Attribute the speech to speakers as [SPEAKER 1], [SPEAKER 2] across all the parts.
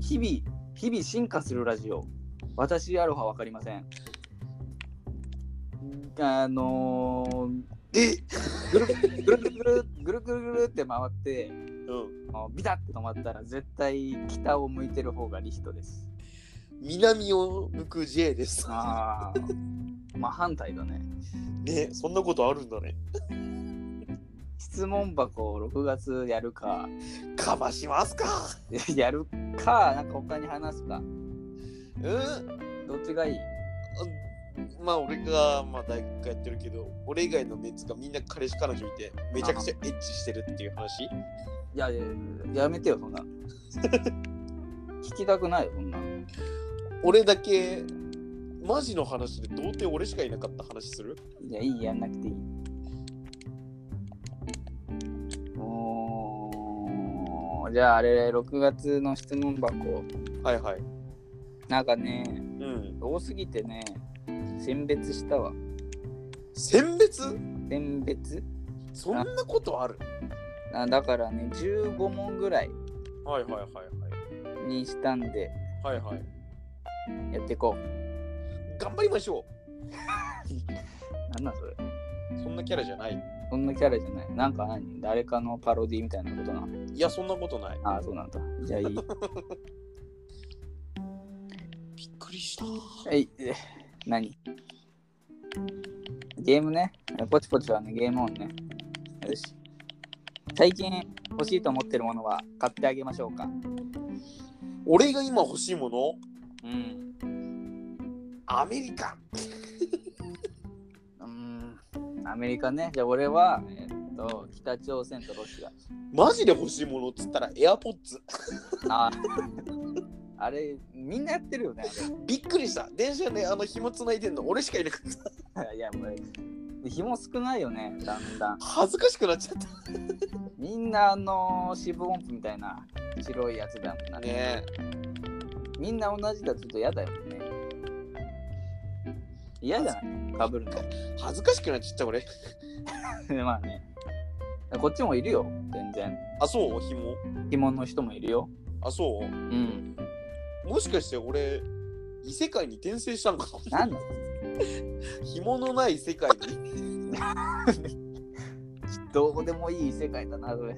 [SPEAKER 1] 日々、日々進化するラジオ。私、アロハわかりません。あのー、
[SPEAKER 2] え
[SPEAKER 1] ぐるぐるぐるぐるぐるぐるぐるって回って、
[SPEAKER 2] うん。
[SPEAKER 1] あのビタッと止まったら絶対北を向いてる方がリヒトです。
[SPEAKER 2] 南を向く J です。
[SPEAKER 1] ああ、真反対だね。
[SPEAKER 2] ね、そんなことあるんだね。
[SPEAKER 1] 質問箱を6月やるか、
[SPEAKER 2] かましますか。
[SPEAKER 1] やるか、なんか他に話すか、
[SPEAKER 2] うん。
[SPEAKER 1] どっちがいい
[SPEAKER 2] まあ、俺が、まあ、大学やってるけど、俺以外のメンツがみんな彼氏彼女いて、めちゃくちゃエッチしてるっていう話
[SPEAKER 1] いやいや、やめてよ、そんな。 聞きたくないよ、そんな。
[SPEAKER 2] 俺だけ、マジの話で童貞俺しかいなかった話する
[SPEAKER 1] いや、いい、やんなくていい。おーじゃああれ、6月の質問箱。
[SPEAKER 2] はいはい。
[SPEAKER 1] なんかね、
[SPEAKER 2] うん。
[SPEAKER 1] 多すぎてね、選別したわ。
[SPEAKER 2] 選別
[SPEAKER 1] 選別
[SPEAKER 2] そんなことある
[SPEAKER 1] あだからね、15問ぐらい
[SPEAKER 2] はいはいはい
[SPEAKER 1] にしたんで、
[SPEAKER 2] はい。はいはい。
[SPEAKER 1] やっていこ
[SPEAKER 2] 頑張りましょ
[SPEAKER 1] う。なんなんそれ
[SPEAKER 2] う。そんなキャラじゃない。
[SPEAKER 1] そんなキャラじゃない。なんか何誰かのパロディみたいなことな。
[SPEAKER 2] いや、そんなことない。
[SPEAKER 1] ああ、そうなんだ。じゃあいい。
[SPEAKER 2] びっくりした。
[SPEAKER 1] はい、え何ゲームね。ポチポチはね、ゲームオンね。よし。最近欲しいと思ってるものは買ってあげましょうか。
[SPEAKER 2] 俺が今欲しいもの
[SPEAKER 1] うん。
[SPEAKER 2] アメリカ
[SPEAKER 1] うーん。アメリカね。じゃあ俺は、えっと、北朝鮮とロシア。
[SPEAKER 2] マジで欲しいものっつったら AirPods
[SPEAKER 1] あ あ。あれ、みんなやってるよね。
[SPEAKER 2] びっくりした電車であの紐つないでんの俺しかいなかった
[SPEAKER 1] あれいや、もう、紐少ないよね、だんだん。
[SPEAKER 2] 恥ずかしくなっちゃっ
[SPEAKER 1] みんなあの四分音符みたいな白いやつだもん
[SPEAKER 2] た
[SPEAKER 1] な、
[SPEAKER 2] ね
[SPEAKER 1] みんな同じだとちょっと嫌だよね嫌じゃないかぶる
[SPEAKER 2] 恥ずかしくなっちゃった俺
[SPEAKER 1] の まあねこっちもいるよ全然
[SPEAKER 2] あそう紐
[SPEAKER 1] 疑問の人もいるよ
[SPEAKER 2] あそ
[SPEAKER 1] うん
[SPEAKER 2] うもしかして俺異世界に転生したのかな
[SPEAKER 1] なんだ
[SPEAKER 2] 紐のない世界に
[SPEAKER 1] どうでもいい世界だなそれ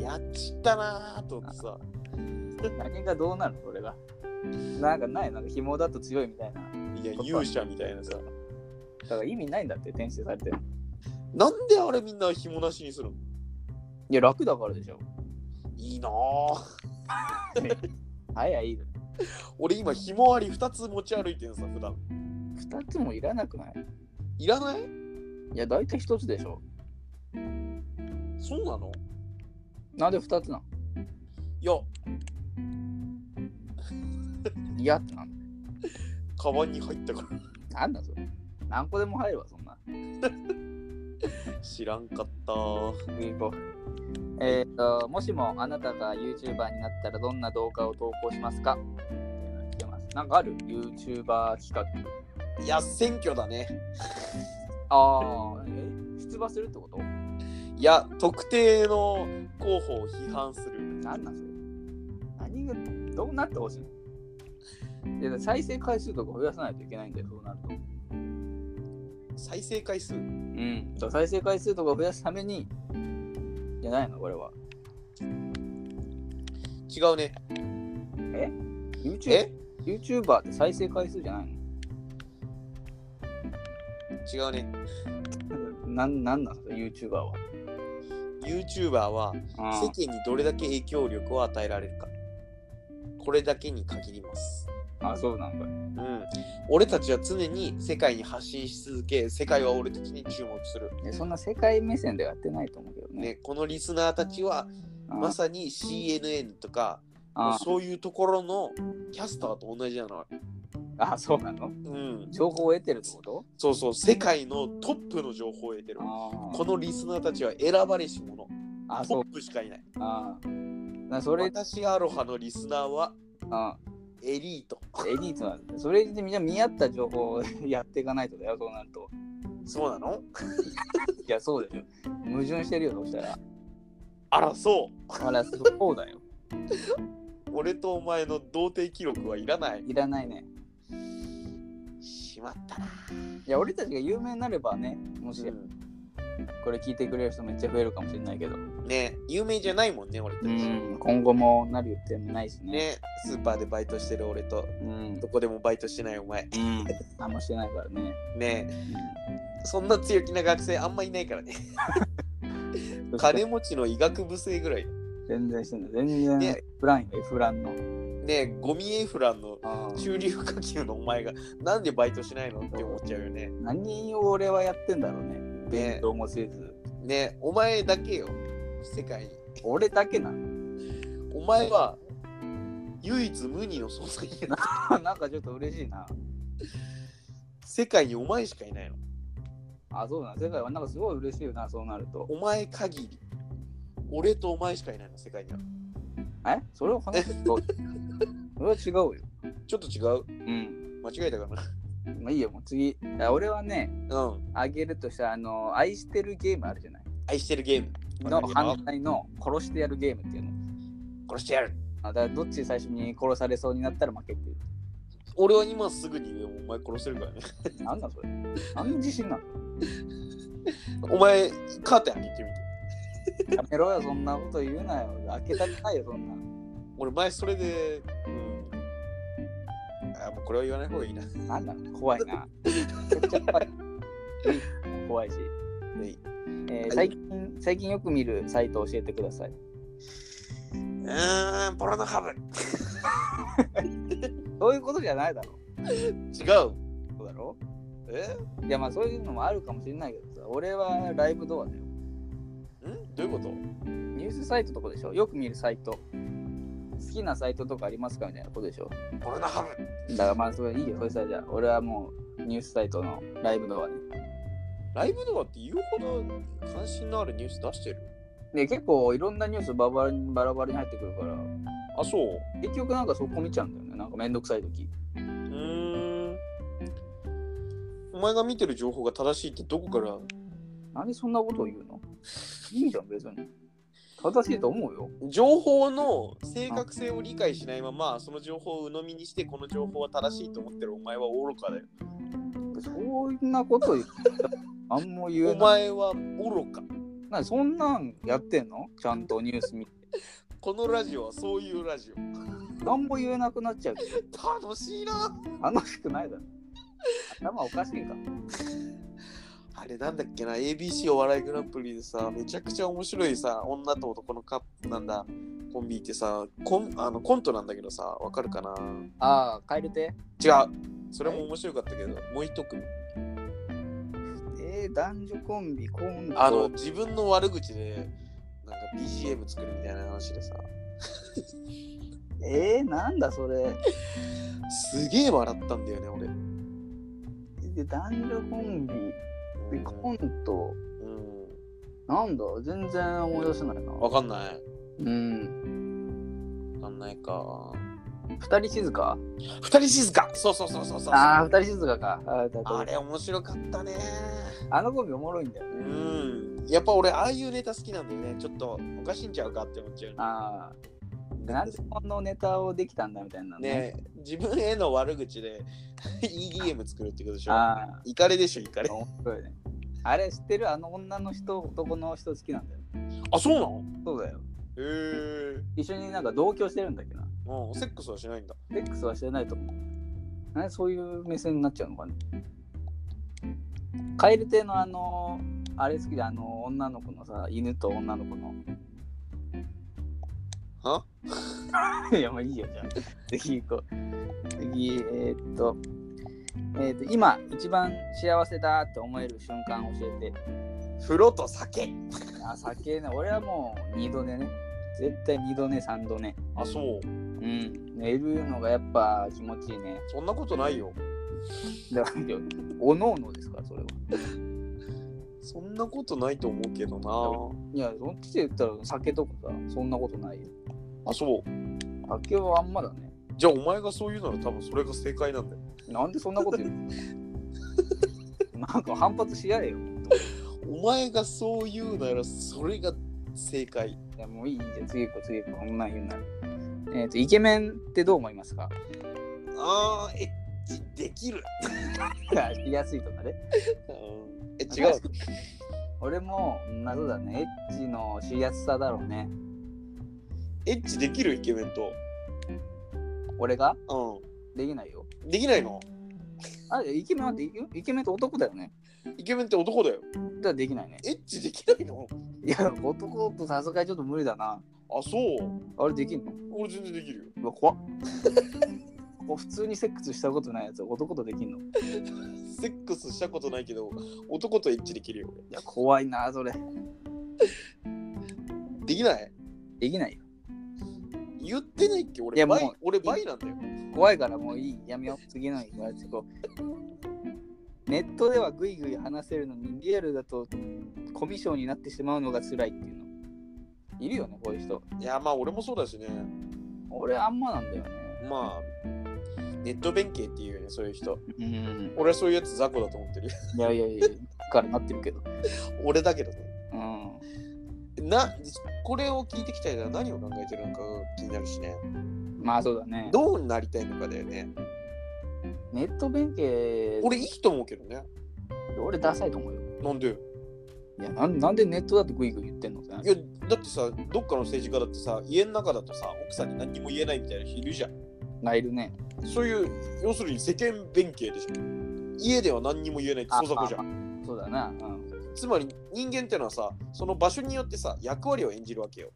[SPEAKER 2] やっちったなーと思ってさ
[SPEAKER 1] 何がどうなるそれがなんかないなんか紐だと強いみたいない
[SPEAKER 2] や勇者みたいなさ
[SPEAKER 1] だから意味ないんだって転生されてる
[SPEAKER 2] なんであれみんな紐なしにするの
[SPEAKER 1] いや楽だからでしょ
[SPEAKER 2] いいなー
[SPEAKER 1] 早い
[SPEAKER 2] 俺今紐あり2つ持ち歩いてんさ普段
[SPEAKER 1] 2つもいらなくない
[SPEAKER 2] いらない
[SPEAKER 1] いや大体1つでしょ
[SPEAKER 2] そうなの
[SPEAKER 1] なんで2つなの
[SPEAKER 2] いや
[SPEAKER 1] 嫌ってなんだ
[SPEAKER 2] カバンに入ったから
[SPEAKER 1] なんだそれ何個でも入るわそんな
[SPEAKER 2] 知らんかった
[SPEAKER 1] 次行こうえっ、ともしもあなたが YouTuber になったらどんな動画を投稿しますか来てますなんかある ?YouTuber 企画
[SPEAKER 2] いや選挙だね
[SPEAKER 1] ああえ出馬するってこと
[SPEAKER 2] いや特定の候補を批判する
[SPEAKER 1] なんなんそれ何がどうなってほしいのいや再生回数とか増やさないといけないんだよそうなると
[SPEAKER 2] 再生回数
[SPEAKER 1] うんだから再生回数とか増やすためにじゃないのこれは
[SPEAKER 2] 違うね
[SPEAKER 1] YouTube
[SPEAKER 2] え
[SPEAKER 1] YouTuber って再生回数じゃないの
[SPEAKER 2] 違うね
[SPEAKER 1] なんなんなんすか YouTuber は。
[SPEAKER 2] YouTuber は世
[SPEAKER 1] あ
[SPEAKER 2] 間にどれだけ影響力を与えられるかこれだけに限ります
[SPEAKER 1] あ、そうなんだ。
[SPEAKER 2] うん俺たちは常に世界に発信し続け世界は俺たちに注目する
[SPEAKER 1] ねそんな世界目線ではやってないと思うけどね。
[SPEAKER 2] ねこのリスナーたちは
[SPEAKER 1] あ
[SPEAKER 2] まさに CNN とか
[SPEAKER 1] あ
[SPEAKER 2] そういうところのキャスターと同じじゃない。
[SPEAKER 1] あ、そうなの
[SPEAKER 2] うん。
[SPEAKER 1] 情報を得てるってこと
[SPEAKER 2] そうそう、世界のトップの情報を得てる。
[SPEAKER 1] あー
[SPEAKER 2] このリスナーたちは選ばれし者。
[SPEAKER 1] あ、
[SPEAKER 2] ト
[SPEAKER 1] そう。
[SPEAKER 2] ップしかいない。
[SPEAKER 1] あーなそれ、
[SPEAKER 2] 私アロハのリスナーは
[SPEAKER 1] あ
[SPEAKER 2] エリート。
[SPEAKER 1] エリートなんだ。それでみんな見合った情報をやっていかないとだよ、そうなると。
[SPEAKER 2] そうなの
[SPEAKER 1] いや、そうでしょ。 矛盾してるよ、そしたら。
[SPEAKER 2] あら、そ
[SPEAKER 1] あら、そうだよ。
[SPEAKER 2] う。俺とお前の童貞記録はいらない。
[SPEAKER 1] いらないね。
[SPEAKER 2] しまったな。
[SPEAKER 1] いや、俺たちが有名になればね、もしこれ聞いてくれる人めっちゃ増えるかもしれないけど、
[SPEAKER 2] ね有名じゃないもんね、俺たち。
[SPEAKER 1] 今後もなる予定もないしね。
[SPEAKER 2] ねスーパーでバイトしてる俺と、
[SPEAKER 1] うん
[SPEAKER 2] ど。こでもバイトしてないお前。
[SPEAKER 1] あんましてないからね。
[SPEAKER 2] ねそんな強気な学生あんまいないからね。
[SPEAKER 1] うん
[SPEAKER 2] 金持ちの医学部生ぐらい。
[SPEAKER 1] 全然してない。全然
[SPEAKER 2] ね
[SPEAKER 1] エフランよ、エフランの。
[SPEAKER 2] ねゴミエフランの
[SPEAKER 1] 中
[SPEAKER 2] 中流下級のお前がなんでバイトしないのって思っちゃうよね。
[SPEAKER 1] 何を俺はやってんだろうね。勉強もせず。
[SPEAKER 2] ねお前だけよ、世界に。
[SPEAKER 1] 俺だけなの。
[SPEAKER 2] お前は唯一無二の存在や な。
[SPEAKER 1] なんかちょっと嬉しいな。
[SPEAKER 2] 世界にお前しかいないの。
[SPEAKER 1] あ、そうだな。世界はなんかすごい嬉しいよな、そうなると。
[SPEAKER 2] お前限り。俺とお前しかいないの、世界には。
[SPEAKER 1] えそれを話すと それは違うよ。
[SPEAKER 2] ちょっと違う
[SPEAKER 1] うん。
[SPEAKER 2] 間違えたか
[SPEAKER 1] まあいいよ、もう次。いや俺はね、
[SPEAKER 2] な。うん。
[SPEAKER 1] あげるとしたら、あの、愛してるゲームあるじゃない。
[SPEAKER 2] 愛してるゲーム。
[SPEAKER 1] の
[SPEAKER 2] わかります
[SPEAKER 1] 反対の殺してやるゲームっていうの。
[SPEAKER 2] 殺してやる。
[SPEAKER 1] あだからどっち最初に殺されそうになったら負けっていう。
[SPEAKER 2] 俺は今すぐに言うよお前殺せるからね。
[SPEAKER 1] なんだそれ何の自信なの
[SPEAKER 2] お前、カーテン開けてみて。
[SPEAKER 1] やめろよ、そんなこと言うなよ。開けたくないよ、そんな。
[SPEAKER 2] 俺前それで、うん。あ、もうこれは言わない方がいいな。
[SPEAKER 1] なんだろう怖いな。めっちゃ怖い。うん怖いし、
[SPEAKER 2] はい
[SPEAKER 1] えー最近。最近よく見るサイト教えてください。
[SPEAKER 2] うーん、ポロノハブ。
[SPEAKER 1] そういうことじゃないだろ
[SPEAKER 2] 違う。
[SPEAKER 1] う。そうだろ
[SPEAKER 2] え
[SPEAKER 1] いや、まあそういうのもあるかもしれないけどさ、俺はライブドアだよ。
[SPEAKER 2] んどういうこと
[SPEAKER 1] ニュースサイトとかでしょよく見るサイト。好きなサイトとかありますかみたいなことでしょ
[SPEAKER 2] ポロノハブ。
[SPEAKER 1] だからまあそれいいよ、それさじゃあ俺はもうニュースサイトのライブドアね。
[SPEAKER 2] ライブとかって言うほど関心のあるニュース出してる
[SPEAKER 1] で、結構いろんなニュースバラバラにバラバラに入ってくるから、
[SPEAKER 2] あ、そう。
[SPEAKER 1] 結局なんかそこ見ちゃうんだよね。なんかめんどくさい時。
[SPEAKER 2] うーん。お前が見てる情報が正しいってどこから
[SPEAKER 1] なんでそんなことを言うのいいじゃん、別に。正しいと思うよ。
[SPEAKER 2] 情報の正確性を理解しないままその情報を鵜呑みにしてこの情報は正しいと思ってるお前は愚かだよ。
[SPEAKER 1] そんなこと言ったらあんも言え
[SPEAKER 2] お
[SPEAKER 1] ない。
[SPEAKER 2] 前は愚か。
[SPEAKER 1] なんでそんなんやってんのちゃんとニュース見て。
[SPEAKER 2] このラジオはそういうラジオ。
[SPEAKER 1] なんも言えなくなっちゃうけど。
[SPEAKER 2] 楽しいな。
[SPEAKER 1] 楽しくないだろ。頭おかしいか。
[SPEAKER 2] あれなんだっけな ABC お笑いグランプリでさめちゃくちゃ面白いさ女と男のカップなんだコンビってさコンあのコントなんだけどさわかるかな
[SPEAKER 1] ああ、蛙亭
[SPEAKER 2] 違うそれも面白かったけどもう一組
[SPEAKER 1] えー、男女コンビ、コンビ。
[SPEAKER 2] あの、自分の悪口でなんか BGM 作るみたいな話でさ
[SPEAKER 1] えー、なんだそれ。
[SPEAKER 2] すげえ笑ったんだよね俺
[SPEAKER 1] で、男女コンビ、でコント、
[SPEAKER 2] うん
[SPEAKER 1] なんだ全然思い出せないな。
[SPEAKER 2] わかんない
[SPEAKER 1] うん。
[SPEAKER 2] わかんないか
[SPEAKER 1] 二人静か
[SPEAKER 2] 二人静かそうそうそうそうそう
[SPEAKER 1] ああ、二人静かか。あーだ
[SPEAKER 2] あ
[SPEAKER 1] あ
[SPEAKER 2] れ面白かったね
[SPEAKER 1] あのコンビおもろいんだよ
[SPEAKER 2] う
[SPEAKER 1] ね。
[SPEAKER 2] んやっぱ俺ああいうネタ好きなんだよねちょっとおかしいんちゃうかって思っちゃう
[SPEAKER 1] ああ。なんでこのネタをできたんだみたいな
[SPEAKER 2] ね自分への悪口で EDM 作るってことでしょ
[SPEAKER 1] あ
[SPEAKER 2] イカレでしょイカレ
[SPEAKER 1] あ、面白いね。あれ知ってるあの女の人、男の人好きなんだよ。
[SPEAKER 2] あそうなの
[SPEAKER 1] そうだよ。
[SPEAKER 2] へえ
[SPEAKER 1] 一緒になんか同居してるんだっけどな。
[SPEAKER 2] うんセックスはしないんだ
[SPEAKER 1] セックスはしてないと思う。なんでそういう目線になっちゃうのかね。蛙亭のあの、あれ好きで、あの女の子のさ、犬と女の子の。
[SPEAKER 2] はい
[SPEAKER 1] や、まあ いいよ、じゃあ。次行こう。次、えーっと、えーっと、今、一番幸せだって思える瞬間教えて。
[SPEAKER 2] 風呂と酒
[SPEAKER 1] あ、酒ね、俺はもう二度寝ね。絶対二度寝、三度寝。
[SPEAKER 2] あそう
[SPEAKER 1] うん。寝るのがやっぱ気持ちいいね。
[SPEAKER 2] そんなことないよ
[SPEAKER 1] だから、おのおのですから、それは。
[SPEAKER 2] そんなことないと思うけどない
[SPEAKER 1] や、そっちで言ったら酒とかさ、そんなことないよ。
[SPEAKER 2] あそう
[SPEAKER 1] 酒はあんまだね。
[SPEAKER 2] じゃあお前がそう言うなら多分それが正解なんだよ
[SPEAKER 1] なんでそんなこと言うのなんか反発しやれよ。
[SPEAKER 2] お前がそう言うならそれが正解
[SPEAKER 1] いや、もういいじゃん。次行こう、次行こう。こんなん言うなら。えっ、と、イケメンってどう思いますか
[SPEAKER 2] あーエッチできる、
[SPEAKER 1] 言いやすいとかね。
[SPEAKER 2] え違う
[SPEAKER 1] 俺も、謎だね。エッチのしやすさだろうね。
[SPEAKER 2] エッチできるイケメンと
[SPEAKER 1] 俺が
[SPEAKER 2] う
[SPEAKER 1] できないよ。
[SPEAKER 2] んできないの
[SPEAKER 1] あ、イケメンはできイケメンって男だよね。
[SPEAKER 2] イケメンって男だよ
[SPEAKER 1] だからできないね。
[SPEAKER 2] エッチできないの
[SPEAKER 1] いや、男とさすがにちょっと無理だな。
[SPEAKER 2] あそう
[SPEAKER 1] あれできんの
[SPEAKER 2] 俺全然できるよ
[SPEAKER 1] うわ、怖っ。 こう普通にセックスしたことないやつ男とできんのい
[SPEAKER 2] セックスしたことないけど男とエッチできるよ
[SPEAKER 1] や怖いなそれ
[SPEAKER 2] 俺できない
[SPEAKER 1] できないよ
[SPEAKER 2] 言ってないっけ俺
[SPEAKER 1] いや
[SPEAKER 2] バイ
[SPEAKER 1] もう
[SPEAKER 2] 俺バイなんだよ
[SPEAKER 1] 怖いからもういいやめよう次の言われてこうネットではグイグイ話せるのにリアルだとコミュ障になってしまうのが辛いっていうのいるよねこういう人
[SPEAKER 2] いやまあ俺もそうだしね
[SPEAKER 1] 俺あんまなんだよね
[SPEAKER 2] まあネット弁慶っていうよねそういう人
[SPEAKER 1] うん
[SPEAKER 2] 俺はそういうやつ雑魚だと思ってるよ
[SPEAKER 1] いやいやいやからなってるけど
[SPEAKER 2] 俺だけどね
[SPEAKER 1] うん
[SPEAKER 2] なこれを聞いてきたら何を考えてるのかが気になるしね
[SPEAKER 1] まあそうだね
[SPEAKER 2] どうなりたいのかだよね
[SPEAKER 1] ネット弁慶
[SPEAKER 2] 俺いいと思うけどね
[SPEAKER 1] 俺ダサいと思うよ
[SPEAKER 2] なんで
[SPEAKER 1] いやなんなんでネットだとグイグイ言ってんのってない
[SPEAKER 2] やだってさどっかの政治家だってさ家の中だとさ奥さんに何にも言えないみたいな人いるじゃん
[SPEAKER 1] あいるね
[SPEAKER 2] そういう要するに世間弁慶でしょ家では何にも言えないって
[SPEAKER 1] あ
[SPEAKER 2] 相続じゃん
[SPEAKER 1] んそうだなうん
[SPEAKER 2] つまり人間ってのはさその場所によってさ役割を演じるわけよ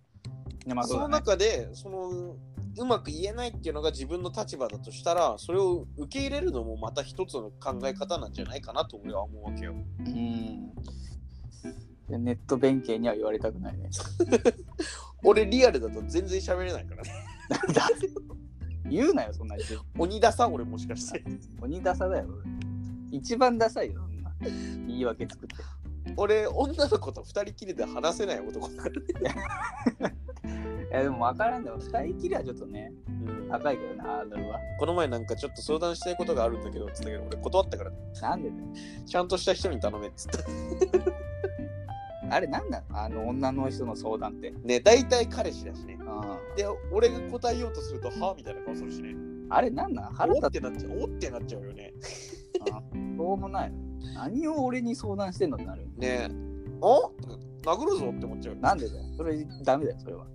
[SPEAKER 1] いやまあ
[SPEAKER 2] そ
[SPEAKER 1] そう
[SPEAKER 2] の
[SPEAKER 1] だ、ね、
[SPEAKER 2] 中でそのうまく言えないっていうのが自分の立場だとしたらそれを受け入れるのもまた一つの考え方なんじゃないかなと俺は思うわけよ。
[SPEAKER 1] うんいやネット弁慶には言われたくないね。
[SPEAKER 2] 俺リアルだと全然喋れないからね。
[SPEAKER 1] だ言うなよ、そんなに。
[SPEAKER 2] 鬼ださ俺もしかして。
[SPEAKER 1] 鬼ダサだよ。一番ダサいよ、そんな。言い訳作って。
[SPEAKER 2] 俺女の子と二人きりで話せない男だからね。
[SPEAKER 1] いや、でも分からんでも、二人きりはちょっとね、
[SPEAKER 2] うん
[SPEAKER 1] 高いけどな、ハードルは。
[SPEAKER 2] この前なんかちょっと相談したいことがあるんだけどっつったけど俺断ったから
[SPEAKER 1] なんでだよ。
[SPEAKER 2] ちゃんとした人に頼めっつった。
[SPEAKER 1] あれ、なんなのあの、女の人の相談って。
[SPEAKER 2] ね大体彼氏だしね。
[SPEAKER 1] うん
[SPEAKER 2] で俺が答えようとするとはみたいな顔するしね。
[SPEAKER 1] あれ、なんなん腹
[SPEAKER 2] お
[SPEAKER 1] 立
[SPEAKER 2] ってなっちゃうおってなっちゃうよね。
[SPEAKER 1] つそうもない。何を俺に相談してんのってなるよ。
[SPEAKER 2] ねえ。お殴るぞって思っちゃうよね。
[SPEAKER 1] なんでだよ。それ、ダメだよ、それは。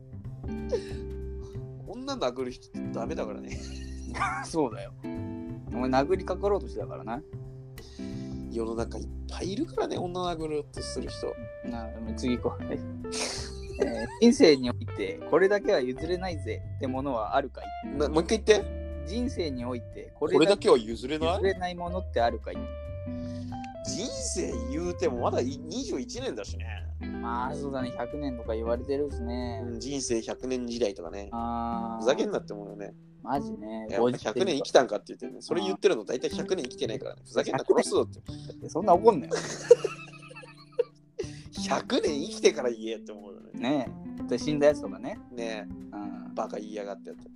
[SPEAKER 2] 女殴る人ってダメだからね
[SPEAKER 1] そうだよ。お前、殴りかかろうとしてたからな。
[SPEAKER 2] 世の中いっぱいいるからね女殴るってする人
[SPEAKER 1] な次行こう。はいえー人生においてこれだけは譲れないぜってものはあるかい
[SPEAKER 2] なもう一回言って
[SPEAKER 1] 人生においてこ
[SPEAKER 2] こ
[SPEAKER 1] れ
[SPEAKER 2] れ
[SPEAKER 1] だ
[SPEAKER 2] だ
[SPEAKER 1] け
[SPEAKER 2] けは譲れな
[SPEAKER 1] 譲
[SPEAKER 2] い
[SPEAKER 1] れないものってあるかい
[SPEAKER 2] 人生言うてもまだい21年だしね、
[SPEAKER 1] まあそうだね、100年とか言われてるしね。
[SPEAKER 2] うん人生100年時代とかね
[SPEAKER 1] ああ。
[SPEAKER 2] ふざけんなって思うよね
[SPEAKER 1] マジね。
[SPEAKER 2] やっぱ100年生きたんかって言ってねそれ言ってるの大体100年生きてないからねふざけんな殺すぞって
[SPEAKER 1] て。そんな怒んなよ。
[SPEAKER 2] 100年生きてから言えって思うよね
[SPEAKER 1] ねえ。で死んだやつとかね。
[SPEAKER 2] ねえ
[SPEAKER 1] うん。
[SPEAKER 2] バカ言いやがってやって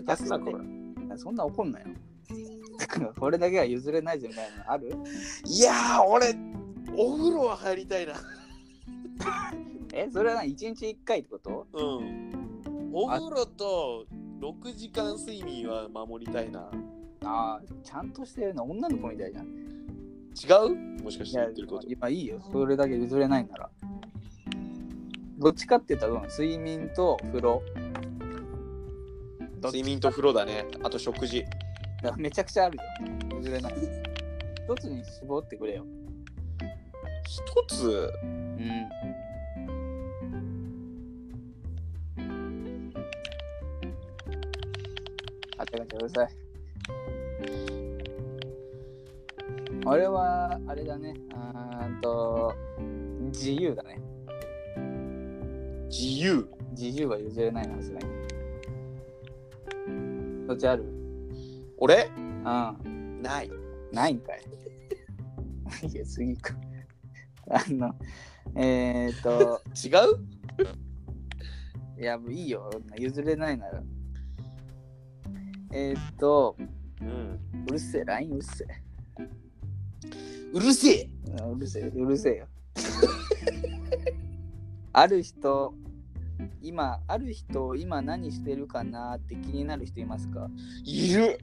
[SPEAKER 2] 抜かすなこれ
[SPEAKER 1] そんな怒んなよ。 これだけは譲れないぜみたいなのある
[SPEAKER 2] いやー俺お風呂は入りたいな
[SPEAKER 1] え、それは何 ?1 日1回ってこと
[SPEAKER 2] うん。お風呂と6時間睡眠は守りたいな。
[SPEAKER 1] ああ、ちゃんとしてるの女の子みたいじゃん。
[SPEAKER 2] 違うもしかし
[SPEAKER 1] い
[SPEAKER 2] て
[SPEAKER 1] や
[SPEAKER 2] 言ってること。
[SPEAKER 1] まあいいよ、それだけ譲れないなら。どっちかって言ったらどうなの、睡眠と風呂。どっち
[SPEAKER 2] 睡眠と風呂だね。あと食事。
[SPEAKER 1] だからめちゃくちゃあるよ。譲れない。一つに絞ってくれよ。
[SPEAKER 2] 一つ、
[SPEAKER 1] うん。あったかちゃうるさい。俺は、あれだね。うーんと、自由だね。
[SPEAKER 2] 自由。
[SPEAKER 1] 自由は譲れないな、さすがに。そっちある
[SPEAKER 2] 俺
[SPEAKER 1] うん。
[SPEAKER 2] ない。
[SPEAKER 1] ないんかい。 いや、次か。あの、えー、っと、
[SPEAKER 2] 違う
[SPEAKER 1] いや、もういいよ。譲れないなら。えー、っと、
[SPEAKER 2] うん。
[SPEAKER 1] うるせえ、LINE うるせえ。
[SPEAKER 2] うるせえ
[SPEAKER 1] うんうるせえ、うるせえよ。ある人今ある人今何してるかなって気になる人いますか
[SPEAKER 2] いる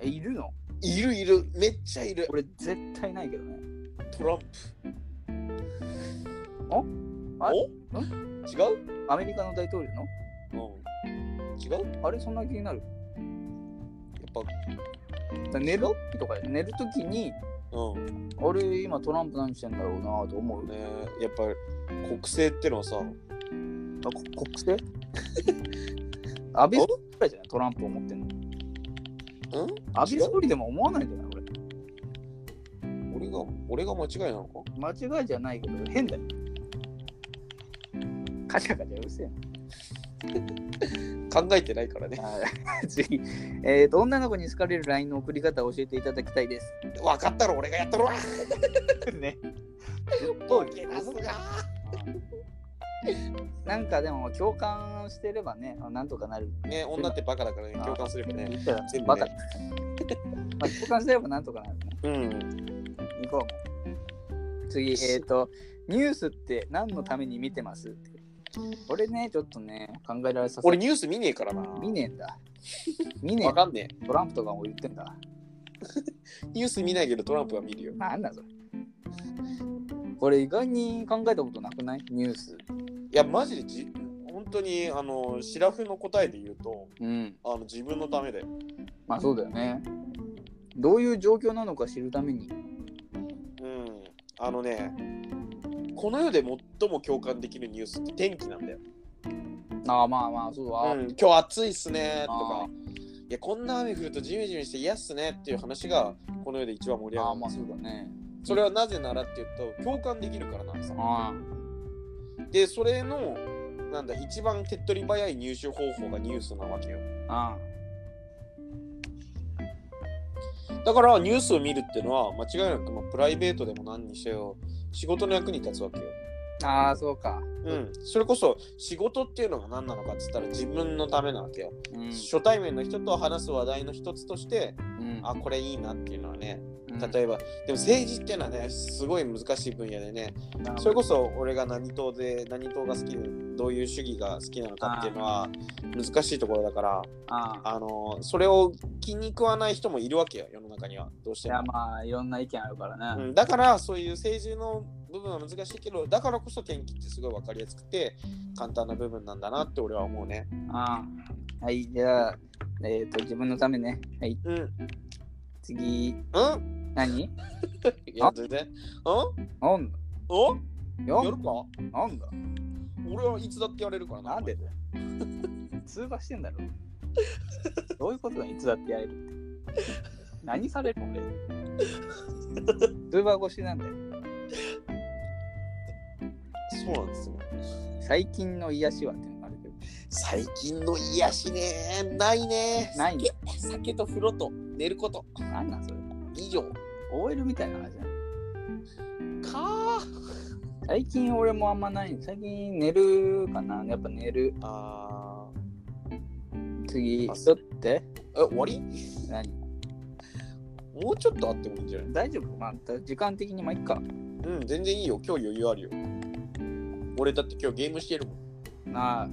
[SPEAKER 1] えいるの
[SPEAKER 2] いるいるめっちゃいる
[SPEAKER 1] 俺絶対ないけどね
[SPEAKER 2] トランプ
[SPEAKER 1] おあ
[SPEAKER 2] お
[SPEAKER 1] ん
[SPEAKER 2] 違う、
[SPEAKER 1] アメリカの大統領の
[SPEAKER 2] うん、違うやっ
[SPEAKER 1] あれそんな気になる
[SPEAKER 2] ぱ
[SPEAKER 1] だから寝る時とか寝るときに
[SPEAKER 2] うん
[SPEAKER 1] あれ今トランプ何してんだろうなと思うね
[SPEAKER 2] ねやっぱ国政ってのはさ
[SPEAKER 1] あこ国政安倍総理くらいじゃないトランプを持ってんの
[SPEAKER 2] うん
[SPEAKER 1] 安倍総理でも思わないんじゃない俺
[SPEAKER 2] 俺が俺が間違いなのか
[SPEAKER 1] 間違いじゃないけど変だよカチャカチャうるせえな
[SPEAKER 2] 考えてないからね。
[SPEAKER 1] はい次、えーと、女の子に好かれる LINE の送り方を教えていただきたいです。
[SPEAKER 2] 分かったろ、俺がやったろ。
[SPEAKER 1] ね。
[SPEAKER 2] ボケ出すが。
[SPEAKER 1] なんかでも共感してればね、なんとかなる。
[SPEAKER 2] ね、女ってバカだからね、共感すればね。
[SPEAKER 1] 言ったら
[SPEAKER 2] 全部
[SPEAKER 1] バ
[SPEAKER 2] ね
[SPEAKER 1] カ。まあ、共感すればなんとかなるね。
[SPEAKER 2] うん。
[SPEAKER 1] 行こう。次、えっ、と、ニュースって何のために見てますってこれね、ちょっとね、考えられさせ
[SPEAKER 2] 俺ニュース見ねえからな。
[SPEAKER 1] 見ねえんだ。見ねえ
[SPEAKER 2] わかんね
[SPEAKER 1] トランプとかも言ってんだ。
[SPEAKER 2] え。ニュース見ないけどトランプは見るよ。
[SPEAKER 1] なんだそれ。これ意外に考えたことなくないニュース。
[SPEAKER 2] いや、マジでじ、本当に、あの、シラフの答えで言うと、
[SPEAKER 1] うん。
[SPEAKER 2] あの自分のためだよ。
[SPEAKER 1] まあそうだよね。どういう状況なのか知るために。
[SPEAKER 2] うん。あのね、この世で最も共感できるニュースって天気なんだよ。
[SPEAKER 1] ああまあまあ、そうだ。
[SPEAKER 2] うん、今日暑いっすねと
[SPEAKER 1] あ
[SPEAKER 2] か、いや、こんな雨降るとジメジメして嫌っすねっていう話が、この世で一番盛り上
[SPEAKER 1] あ
[SPEAKER 2] が
[SPEAKER 1] あ
[SPEAKER 2] る。
[SPEAKER 1] まあそうだね。
[SPEAKER 2] それはなぜならって言うと共感できるからなんさ。
[SPEAKER 1] あ
[SPEAKER 2] でそれのなんだ一番手っ取り早い入手方法がニュースなわけよ。
[SPEAKER 1] あ。あ
[SPEAKER 2] だからニュースを見るっていうのは間違いなく、まあ、プライベートでも何にせよ仕事の役に立つわけよ。
[SPEAKER 1] あああ、そうか。
[SPEAKER 2] うん、それこそ仕事っていうのが何なのかっつったら自分のためなわけよ。
[SPEAKER 1] うん。
[SPEAKER 2] 初対面の人と話す話題の一つとして
[SPEAKER 1] うん
[SPEAKER 2] あこれいいなっていうのはね
[SPEAKER 1] うん
[SPEAKER 2] 例えばでも政治っていうのはねすごい難しい分野でね
[SPEAKER 1] なるほど
[SPEAKER 2] それこそ俺が何党で何党が好きでどういう主義が好きなのかっていうのは難しいところだから
[SPEAKER 1] ああ。
[SPEAKER 2] あのそれを気に食わない人もいるわけよ世の中にはどうし
[SPEAKER 1] い
[SPEAKER 2] て
[SPEAKER 1] や
[SPEAKER 2] も、
[SPEAKER 1] まあいろんな意見あるから
[SPEAKER 2] う
[SPEAKER 1] ね。
[SPEAKER 2] ん、だからそういう政治の部分は難しいけどだからこそ天気ってすごい分かりやすくて簡単な部分なんだなって俺は思うね
[SPEAKER 1] ああ。はい、じゃあ、えっ、と、自分のためね。はい、
[SPEAKER 2] うんうん
[SPEAKER 1] 次、
[SPEAKER 2] い
[SPEAKER 1] 何
[SPEAKER 2] や全然うん
[SPEAKER 1] なんだ
[SPEAKER 2] おや
[SPEAKER 1] よ
[SPEAKER 2] るか
[SPEAKER 1] なんだ
[SPEAKER 2] 俺はいつだってやれるからな
[SPEAKER 1] なんでだよ。 通話してんだろ。どういうことだいつだってやれるって。何されるの俺。通話越しなんだよ。
[SPEAKER 2] そうなんですよ
[SPEAKER 1] 最近の癒しはっていうのがあるけど。
[SPEAKER 2] 最近の癒しねないね
[SPEAKER 1] ないの
[SPEAKER 2] 酒と風呂と寝ること
[SPEAKER 1] なんなんそれ。
[SPEAKER 2] 以上
[SPEAKER 1] OL みたいな話じゃん。
[SPEAKER 2] か
[SPEAKER 1] 最近俺もあんまない。最近寝るかなやっぱ寝る。
[SPEAKER 2] あ
[SPEAKER 1] 次、
[SPEAKER 2] あ
[SPEAKER 1] ちょっと待って。
[SPEAKER 2] え終わり
[SPEAKER 1] 何
[SPEAKER 2] もうちょっとあってもいいんじゃない
[SPEAKER 1] 大丈夫まあ、時間的にまあいっか。
[SPEAKER 2] うん全然いいよ今日余裕あるよ俺だって今日ゲームしてるも
[SPEAKER 1] なあ。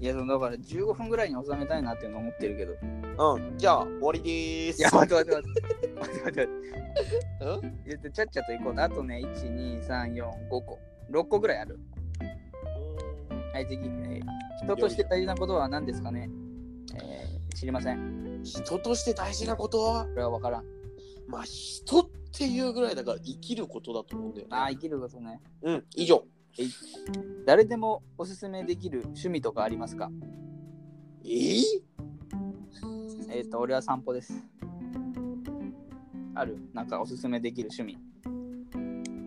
[SPEAKER 1] いや、そのだから15分ぐらいに収めたいなっていうのは思ってるけど。
[SPEAKER 2] んうんじゃあ終わりでーす
[SPEAKER 1] いや、待って待って待って。待って待って
[SPEAKER 2] うん
[SPEAKER 1] 待って。ちゃっちゃと行こう。あとね、1、2、3、4、5個。6個ぐらいある。はい、次。えー人として大事なことは何ですかねえー知りません。
[SPEAKER 2] 人として大事なことは
[SPEAKER 1] これは分からん。
[SPEAKER 2] まあ人っていうぐらいだから生きることだと思うんだよね
[SPEAKER 1] ああ、生きることね。
[SPEAKER 2] うん以上
[SPEAKER 1] 誰でもおすすめできる趣味とかありますか
[SPEAKER 2] えー、
[SPEAKER 1] えっ、と、俺は散歩です。あるなんかおすすめできる趣味。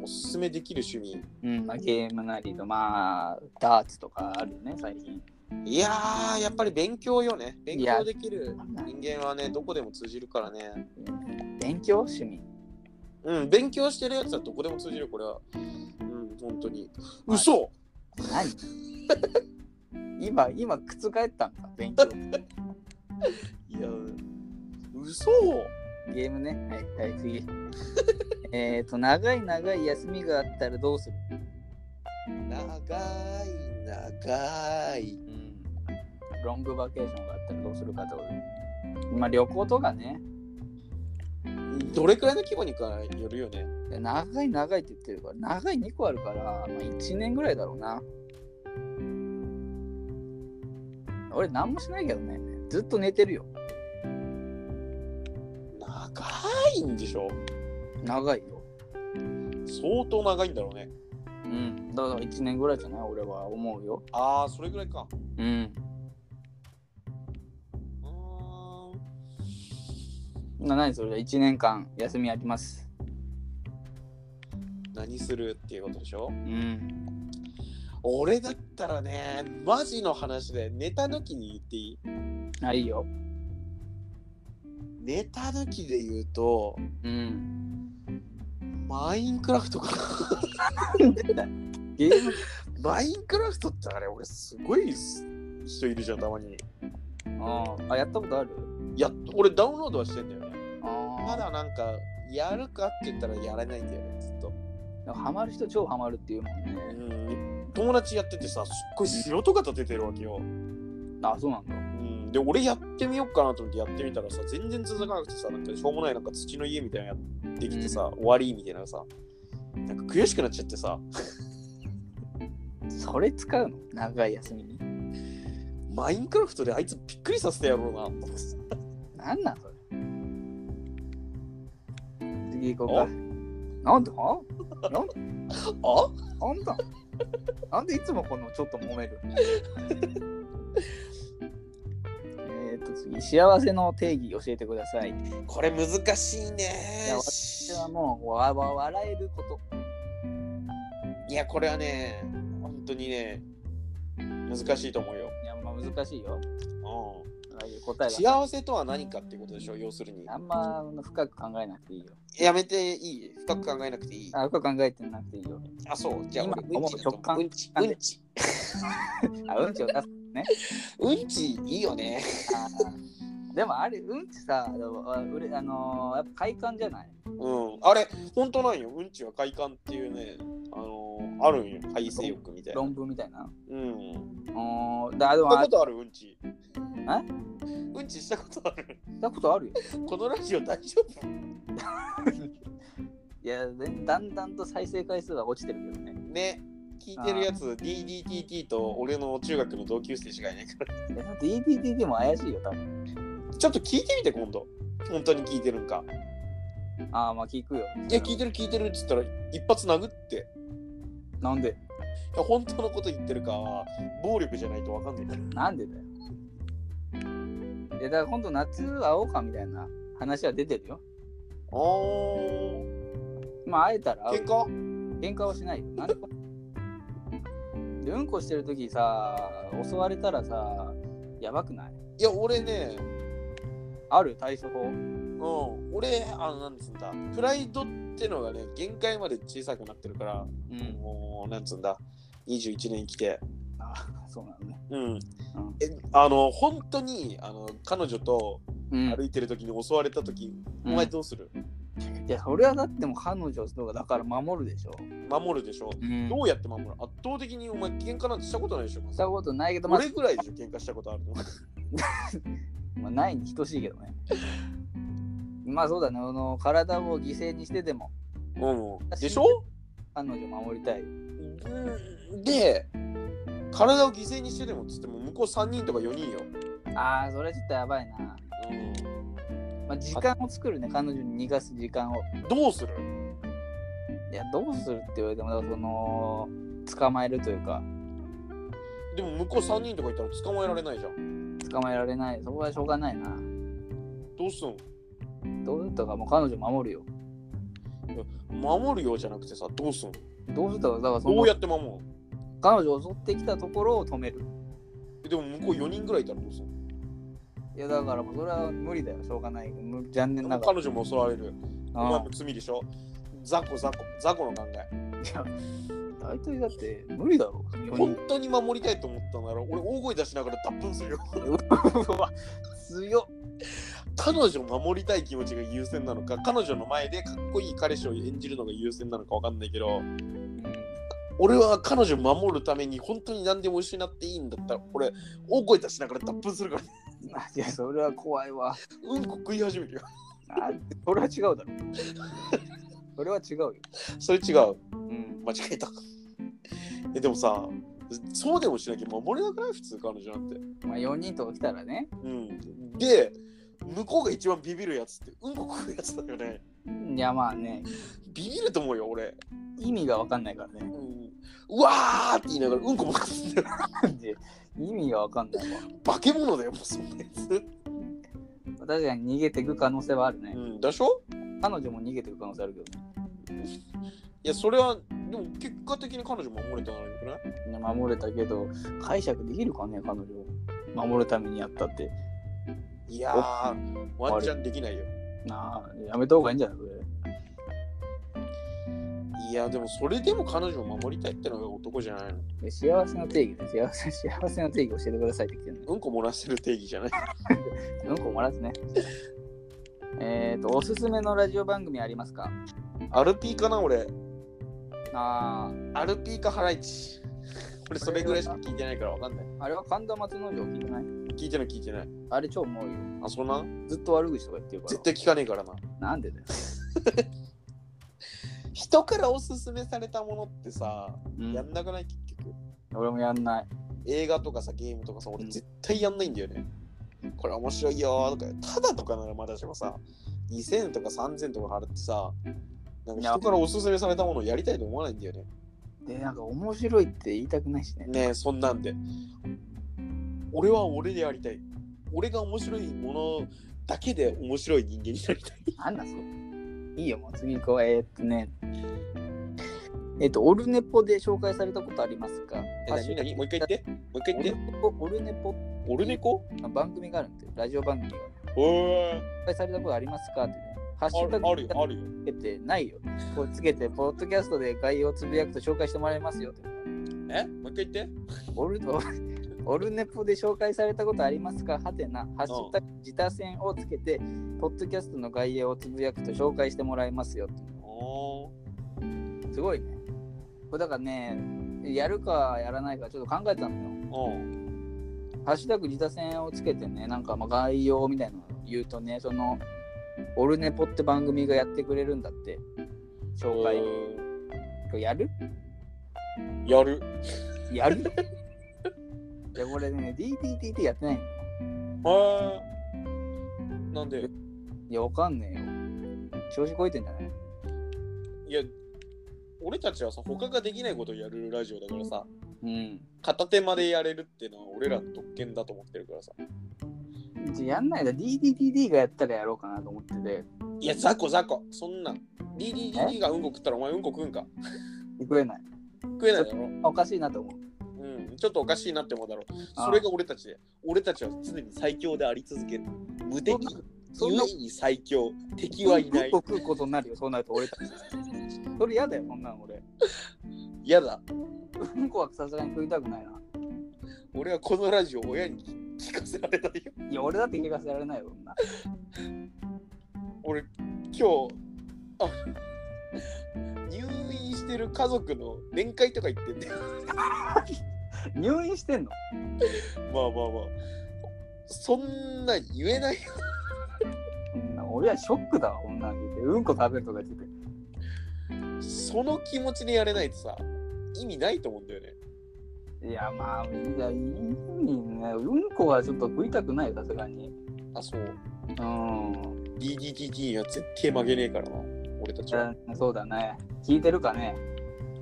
[SPEAKER 2] おすすめできる趣味
[SPEAKER 1] うん、まあ、ゲームなりと、まあ、ダーツとかあるよね、最近。
[SPEAKER 2] いやーやっぱり勉強よね勉
[SPEAKER 1] いや
[SPEAKER 2] 強できる人間はねどこでも通じるからね
[SPEAKER 1] 勉強趣味。
[SPEAKER 2] うん、勉強してるやつはどこでも通じる、これは。うん、本当に。
[SPEAKER 1] はい
[SPEAKER 2] 嘘
[SPEAKER 1] 何 今、今、覆ったんだ、勉強。
[SPEAKER 2] いや、嘘
[SPEAKER 1] ゲームね。はい、はい、次。えっと、長い長い休みがあったらどうする
[SPEAKER 2] 長い長長い。
[SPEAKER 1] うん、ロングバケーションがあったらどうするかってことまあ旅行とかね
[SPEAKER 2] どれくらいの規模にかよるよね。
[SPEAKER 1] 長い長いって言ってるから長い2個あるから、まあ、1年ぐらいだろうな俺何もしないけどねずっと寝てるよ
[SPEAKER 2] 長いんでしょ
[SPEAKER 1] 長いよ
[SPEAKER 2] 相当長いんだろうね。
[SPEAKER 1] うんだから1年ぐらいじゃない俺は思うよ
[SPEAKER 2] ああ、それぐらいか。
[SPEAKER 1] うん
[SPEAKER 2] うーん
[SPEAKER 1] な何それ1年間休みあります
[SPEAKER 2] 何するっていうことでしょ
[SPEAKER 1] うん
[SPEAKER 2] 俺だったらね、マジの話でネタ抜きに言っていい
[SPEAKER 1] あいいよ
[SPEAKER 2] ネタ抜きで言うと、
[SPEAKER 1] うん
[SPEAKER 2] マインクラフトかな。
[SPEAKER 1] ゲーム
[SPEAKER 2] マインクラフトってあれ、俺すごい人いるじゃん、たまに。
[SPEAKER 1] ああやったことある
[SPEAKER 2] いや、俺ダウンロードはしてんだよね。た
[SPEAKER 1] あ
[SPEAKER 2] だなんか、やるかって言ったらやれないんだよね、ずっと。
[SPEAKER 1] あハマる人超ハマるっていうもん
[SPEAKER 2] う
[SPEAKER 1] ね
[SPEAKER 2] ん、友達やっててさ、すっごい素人方出てるわけよ。
[SPEAKER 1] あそうなんだ
[SPEAKER 2] うん、で、俺やってみようかなと思ってやってみたらさ、全然続かなくてさ、なんかしょうもないなんか土の家みたいなのやってきてさ、終わりみたいなさ、なんか悔しくなっちゃってさ、
[SPEAKER 1] それ使うの長い休みに
[SPEAKER 2] マインクラフトであいつびっくりさせてやろうなと思ってさ。
[SPEAKER 1] なんなんそれ次行こうか。なんだなん
[SPEAKER 2] あ
[SPEAKER 1] なんだなんでいつもこのちょっと揉めるえっと次、幸せの定義教えてください。
[SPEAKER 2] これ難しいね
[SPEAKER 1] いや私はもうわわ笑えること。
[SPEAKER 2] いや、これはね、本当にね、難しいと思うよ。
[SPEAKER 1] いや、まあ難しいよ。
[SPEAKER 2] う
[SPEAKER 1] ああいう答
[SPEAKER 2] ん、
[SPEAKER 1] えが。
[SPEAKER 2] 幸せとは何かってことでしょ、要するに。
[SPEAKER 1] あんま深く考えなくていいよ。
[SPEAKER 2] やめていい深く考えなくていいあ、
[SPEAKER 1] あ深く考えてなくていいよ。
[SPEAKER 2] そう。じゃあ、
[SPEAKER 1] 今
[SPEAKER 2] 俺うんちだと
[SPEAKER 1] 直
[SPEAKER 2] 思
[SPEAKER 1] 感
[SPEAKER 2] ううんち、うんち。
[SPEAKER 1] あ、うんちを出す。
[SPEAKER 2] うんちいいよね。
[SPEAKER 1] あーでもあれ、うんちさ、あのあ俺あのーやっぱ快感じゃない
[SPEAKER 2] うん。あれ、本当なんよ。うんちは快感っていうね、あのーあるんよ。排泄欲みたいな。
[SPEAKER 1] 論文みたいな。
[SPEAKER 2] うん。し
[SPEAKER 1] おーだでも
[SPEAKER 2] た
[SPEAKER 1] あ
[SPEAKER 2] こ
[SPEAKER 1] れ
[SPEAKER 2] とあるうんち。うんちしたことある。
[SPEAKER 1] 聞いたことあるよ。
[SPEAKER 2] このラジオ大丈夫
[SPEAKER 1] いや、でだんだんと再生回数は落ちてるけどね。
[SPEAKER 2] ね。聞いてるやつ、DDTT と俺の中学の同級生しかいないから。
[SPEAKER 1] いや DDD でも怪しいよ、多分。
[SPEAKER 2] ちょっと聞いてみて、今度。本当に聞いてるんか。
[SPEAKER 1] ああ、まあ聞くよ。
[SPEAKER 2] いや、聞いてる聞いてるっつったら、一発殴って。
[SPEAKER 1] なんで
[SPEAKER 2] いや本当のこと言ってるかは暴力じゃないと分かんないから
[SPEAKER 1] なんでだよ。いや、だから今度夏会おうかみたいな話は出てるよ。
[SPEAKER 2] あ
[SPEAKER 1] まあ会えたら会
[SPEAKER 2] 結
[SPEAKER 1] う
[SPEAKER 2] 果
[SPEAKER 1] 喧嘩はしないよ。なんでこでうんこしてる時さ、襲われたらさ、やばくない
[SPEAKER 2] いや俺ね
[SPEAKER 1] ある対処法
[SPEAKER 2] うん俺あのなんつうんだプライドってのがね限界まで小さくなってるから、
[SPEAKER 1] うん。
[SPEAKER 2] もうなんつうんだ21年来て
[SPEAKER 1] ああ、そうなのね。
[SPEAKER 2] うんえあの本当にあの彼女と
[SPEAKER 1] うん。
[SPEAKER 2] 歩いてる時に襲われた時、
[SPEAKER 1] うん
[SPEAKER 2] お前どうする
[SPEAKER 1] いや、それはだってもう彼女のがだから守るでしょ。
[SPEAKER 2] 守るでしょ
[SPEAKER 1] うん
[SPEAKER 2] どうやって守る圧倒的にお前喧嘩なんてしたことないでしょ
[SPEAKER 1] したことないけど、まあ
[SPEAKER 2] 俺、ぐらいでしょ喧嘩したことあるの
[SPEAKER 1] まあないに等しいけどね。まあそうだね、あの体を犠牲にしてでも
[SPEAKER 2] うんでしょ
[SPEAKER 1] 彼女守りたい。
[SPEAKER 2] うんで体を犠牲にしてでもっつっても向こう3人とか4人よ、
[SPEAKER 1] ああ、それはちょっとやばいな。まあ、時間を作るね、彼女に逃がす時間を。
[SPEAKER 2] どうする
[SPEAKER 1] いや、どうするって言われても、だからその、捕まえるというか、
[SPEAKER 2] でも向こう3人とかいたら捕まえられないじゃん
[SPEAKER 1] 捕まえられない、そこはしょうがないな。
[SPEAKER 2] どうすん
[SPEAKER 1] どうするとか、もう彼女守るよ。
[SPEAKER 2] 守るよじゃなくてさどうすん
[SPEAKER 1] どうするとか、だからそ
[SPEAKER 2] どう
[SPEAKER 1] の、
[SPEAKER 2] やって守る
[SPEAKER 1] 彼女を襲ってきたところを止める。
[SPEAKER 2] えでも向こう4人ぐらいいたらどうすん
[SPEAKER 1] いや、だからもうそれは無理だよ、しょうがない。無残念ながら。
[SPEAKER 2] 彼女も襲われるお前も罪でしょ雑魚雑魚雑魚の考え
[SPEAKER 1] いや、大体だって無理だろ。
[SPEAKER 2] 本当に守りたいと思ったなら俺大声出しながら脱粉するよ
[SPEAKER 1] う わ強っ。
[SPEAKER 2] 彼女を守りたい気持ちが優先なのか彼女の前でかっこいい彼氏を演じるのが優先なのかわかんないけど俺は彼女を守るために本当に何でも失っていいんだったら俺大声出しながら脱糞するから
[SPEAKER 1] あ いや、それは怖いわ。
[SPEAKER 2] うんこ食い始めるよ
[SPEAKER 1] あそれは違うだろ。それは違うよ。
[SPEAKER 2] それ違う
[SPEAKER 1] うん。
[SPEAKER 2] 間違えた えでもさそうでもしなきゃ守れなくない普通彼女なんて
[SPEAKER 1] まあ、4人とか来たらね。
[SPEAKER 2] うんで向こうが一番ビビるやつってうんこ食うやつだよね
[SPEAKER 1] いや、まあね、
[SPEAKER 2] ビビると思うよ俺、
[SPEAKER 1] 意味がわかんないから
[SPEAKER 2] う
[SPEAKER 1] ね。
[SPEAKER 2] ん、うわーって言いながらうんこも食ってる
[SPEAKER 1] で意味がわかんないわ。
[SPEAKER 2] 化け物だよもうそんなやつ
[SPEAKER 1] 確かに逃げていく可能性はあるね
[SPEAKER 2] う。んだしょ
[SPEAKER 1] 彼女も逃げていく可能性あるけどね
[SPEAKER 2] いやそれはでも結果的に彼女守れたからよくない
[SPEAKER 1] ね。守れたけど、解釈できるかね、彼女を。守るためにやったって。
[SPEAKER 2] いやー、ワンチャンできないよ。
[SPEAKER 1] なあ、やめた方がいいんじゃないそれ。
[SPEAKER 2] いや、でもそれでも彼女を守りたいってのが男じゃないの。
[SPEAKER 1] で幸せの定義で幸せ、幸せの定義教えてくださいって言ってるの。
[SPEAKER 2] うんこ漏らせる定義じゃない。
[SPEAKER 1] うんこもらずね。えっと、おすすめのラジオ番組ありますか
[SPEAKER 2] アルピーかな、俺。
[SPEAKER 1] あ
[SPEAKER 2] アルピーかハライチ。俺それぐらいしか聞いてないからわかんない。
[SPEAKER 1] あ、あれは神田松之丞聞いてない
[SPEAKER 2] 聞いてない、聞いてない。
[SPEAKER 1] あれ超思うよ。
[SPEAKER 2] あ、そんな
[SPEAKER 1] ずっと悪口とか言ってるから。
[SPEAKER 2] 絶対聞かねえからな。
[SPEAKER 1] なんでだよ。
[SPEAKER 2] 人からおすすめされたものってさ、
[SPEAKER 1] うん
[SPEAKER 2] やんなくない結局。
[SPEAKER 1] 俺もやんない。
[SPEAKER 2] 映画とかさ、ゲームとかさ、俺
[SPEAKER 1] うん
[SPEAKER 2] 絶対やんないんだよね。これ面白いよーとか、ただとかならまだしもさ、2000とか3000とか払ってさ、なんか人からおすすめされたものをやりたいと思わないんだよね。
[SPEAKER 1] で、なんか面白いって言いたくないしね。
[SPEAKER 2] ねえそんなんで俺は俺でやりたい俺が面白いものだけで面白い人間になりたい
[SPEAKER 1] なんだそれ。いいよ、もう次行こう。えーっとね。えっと、オルネポで紹介されたことありますか
[SPEAKER 2] え何何もう一回言ってもう一回言って
[SPEAKER 1] オルネポオル
[SPEAKER 2] オルネコ
[SPEAKER 1] ネポ番組があるんで、ラジオ番組が。
[SPEAKER 2] おー
[SPEAKER 1] 紹介されたことありますかってね。ハッシュタグ
[SPEAKER 2] ああるよあるよ
[SPEAKER 1] つけてないよ。こうつけて、ポッドキャストで概要をつぶやくと紹介してもらえますよって。
[SPEAKER 2] えもう一回言って
[SPEAKER 1] オルオルオルネポで紹介されたことありますかはてな。ハッシュタグ自他戦をつけて、ポッドキャストの概要をつぶやくと紹介してもらえますよって。
[SPEAKER 2] お
[SPEAKER 1] すごいね。これだからね、やるかやらないかちょっと考えたのよ。
[SPEAKER 2] ーうん
[SPEAKER 1] ハッシュタグ自他戦をつけてね、なんかまあ概要みたいなのを言うとね、その、オルネポって番組がやってくれるんだって。紹介。
[SPEAKER 2] う
[SPEAKER 1] これやる
[SPEAKER 2] ーやる
[SPEAKER 1] やる いや、これね、DDTT やってないのよ
[SPEAKER 2] はなんで
[SPEAKER 1] いや、わかんねえよ。調子こいてんじゃない
[SPEAKER 2] いや俺たちはさ他ができないことをやるラジオだからさ
[SPEAKER 1] うん。
[SPEAKER 2] 片手間でやれるっていうのは俺らの特権だと思ってるからさ
[SPEAKER 1] じゃあやんないだ。DDTT がやったらやろうかなと思ってて、
[SPEAKER 2] いや、ザコザコ、そんなん。DDD がうんこ食ったらお前うんこ食うんか。
[SPEAKER 1] 食えない。
[SPEAKER 2] 食えないだろ。
[SPEAKER 1] おかしいなと思う。
[SPEAKER 2] うん、ちょっとおかしいなって思うだろ。
[SPEAKER 1] ああ
[SPEAKER 2] それが俺たちで。俺たちは常に最強であり続ける。無敵、
[SPEAKER 1] そんな
[SPEAKER 2] 故に最強。敵はいな
[SPEAKER 1] う
[SPEAKER 2] い
[SPEAKER 1] ん。食うことになるよ、そうなると俺たち。それ嫌だよ、こんなん俺。
[SPEAKER 2] 嫌だ。
[SPEAKER 1] うんこはさすがに食いたくないな。
[SPEAKER 2] 俺はこのラジオを親に聞かせられないよ。
[SPEAKER 1] いや、俺だって怪我せられないよ、こんな。
[SPEAKER 2] 俺、今日、あ入院してる家族の面会とか行ってんだよ。
[SPEAKER 1] 入院してんの
[SPEAKER 2] まあまあまあ。そんなん言えないよ。
[SPEAKER 1] うんな俺はショックだわ、こんなん聞いて。うんこ食べるとか言ってて。
[SPEAKER 2] その気持ちでやれないとさ、意味ないと思うんだよね。
[SPEAKER 1] いや、まあ、いいやいいね。うんこはちょっと食いたくないよ、さすがに。
[SPEAKER 2] あ、そう。
[SPEAKER 1] うん。
[SPEAKER 2] DDTT には絶対曲げねえからな。俺たちは。
[SPEAKER 1] うんそうだね。聞いてるかね。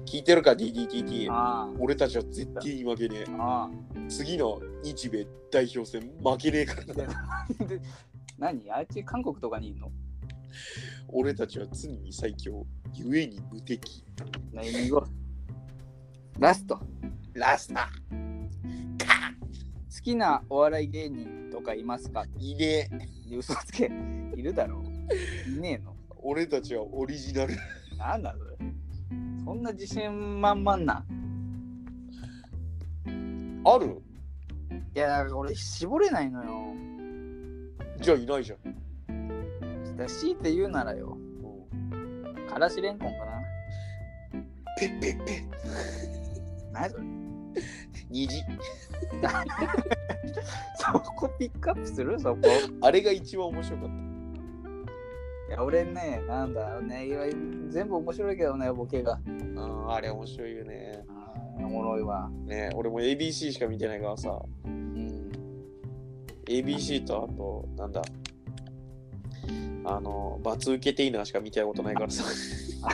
[SPEAKER 2] 聞いてるか、DDTT。
[SPEAKER 1] あ
[SPEAKER 2] 俺たちは絶対に負けね
[SPEAKER 1] あ。あ
[SPEAKER 2] え。次の日米代表戦負けねえからな。
[SPEAKER 1] あ。で何あいつ韓国とかにいんの
[SPEAKER 2] 俺たちは常に最強。故に無敵。
[SPEAKER 1] 何見事ラスト。好
[SPEAKER 2] ラスタ
[SPEAKER 1] きなお笑い芸人とかいますか
[SPEAKER 2] いねえ。
[SPEAKER 1] 嘘つけ。いるだろう。いねえの。
[SPEAKER 2] 俺たちはオリジナル。
[SPEAKER 1] なんだそれ。そんな自信満々な。
[SPEAKER 2] ある
[SPEAKER 1] いや、だから俺絞れないのよ。
[SPEAKER 2] じゃあいないじゃん。
[SPEAKER 1] だし強いて言うならよ。
[SPEAKER 2] うん
[SPEAKER 1] からしれんこんかな。
[SPEAKER 2] ペッペッペッ
[SPEAKER 1] 何それ
[SPEAKER 2] 虹
[SPEAKER 1] そこピックアップするそこ。
[SPEAKER 2] あれが一番面白かっ
[SPEAKER 1] いや、俺ね、なんだろうね、いわゆる全部面白いけどね、ボケが。
[SPEAKER 2] たあーあれ面白いよね
[SPEAKER 1] あーおもろいわ。
[SPEAKER 2] ね俺も ABC しか見てないからさ
[SPEAKER 1] うん。
[SPEAKER 2] ABC とあとなんだあの罰受けていいなしか見てたことないからさ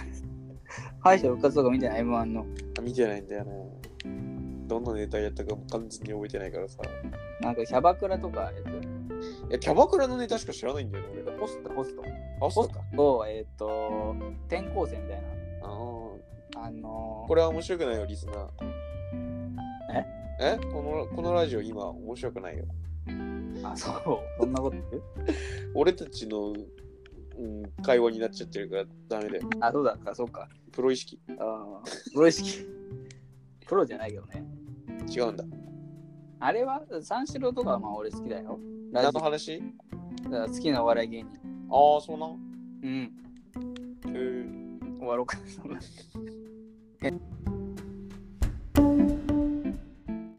[SPEAKER 1] 敗者復活とか見てない M1 の。
[SPEAKER 2] 見てないんだよねどんなネタやったかも完全に覚えてないからさ
[SPEAKER 1] なんかキャバクラとかあれって。
[SPEAKER 2] いやキャバクラのネタしか知らないんだよね俺
[SPEAKER 1] ホスト、ホスト。
[SPEAKER 2] あそうか
[SPEAKER 1] と、えっ、と、転校生みたい
[SPEAKER 2] あー
[SPEAKER 1] な。あのー、
[SPEAKER 2] これは面白くないよリスナー
[SPEAKER 1] え
[SPEAKER 2] えこのこのラジオ今面白くないよ
[SPEAKER 1] あ、そう。そんなこと言う
[SPEAKER 2] 俺たちの、うん、会話になっちゃってるからダメだよ
[SPEAKER 1] あ、そうだか、そうか。
[SPEAKER 2] プロ意識
[SPEAKER 1] あープロ意識。プロじゃないけどね。
[SPEAKER 2] 違うんだ
[SPEAKER 1] あれは三四郎とかはまあ俺好きだよ。ラ
[SPEAKER 2] 何
[SPEAKER 1] ジ
[SPEAKER 2] の
[SPEAKER 1] オ
[SPEAKER 2] 話
[SPEAKER 1] だから好きなお笑い芸人。
[SPEAKER 2] ああそうなん
[SPEAKER 1] うん。
[SPEAKER 2] へえ
[SPEAKER 1] 終わろうか。そんなえ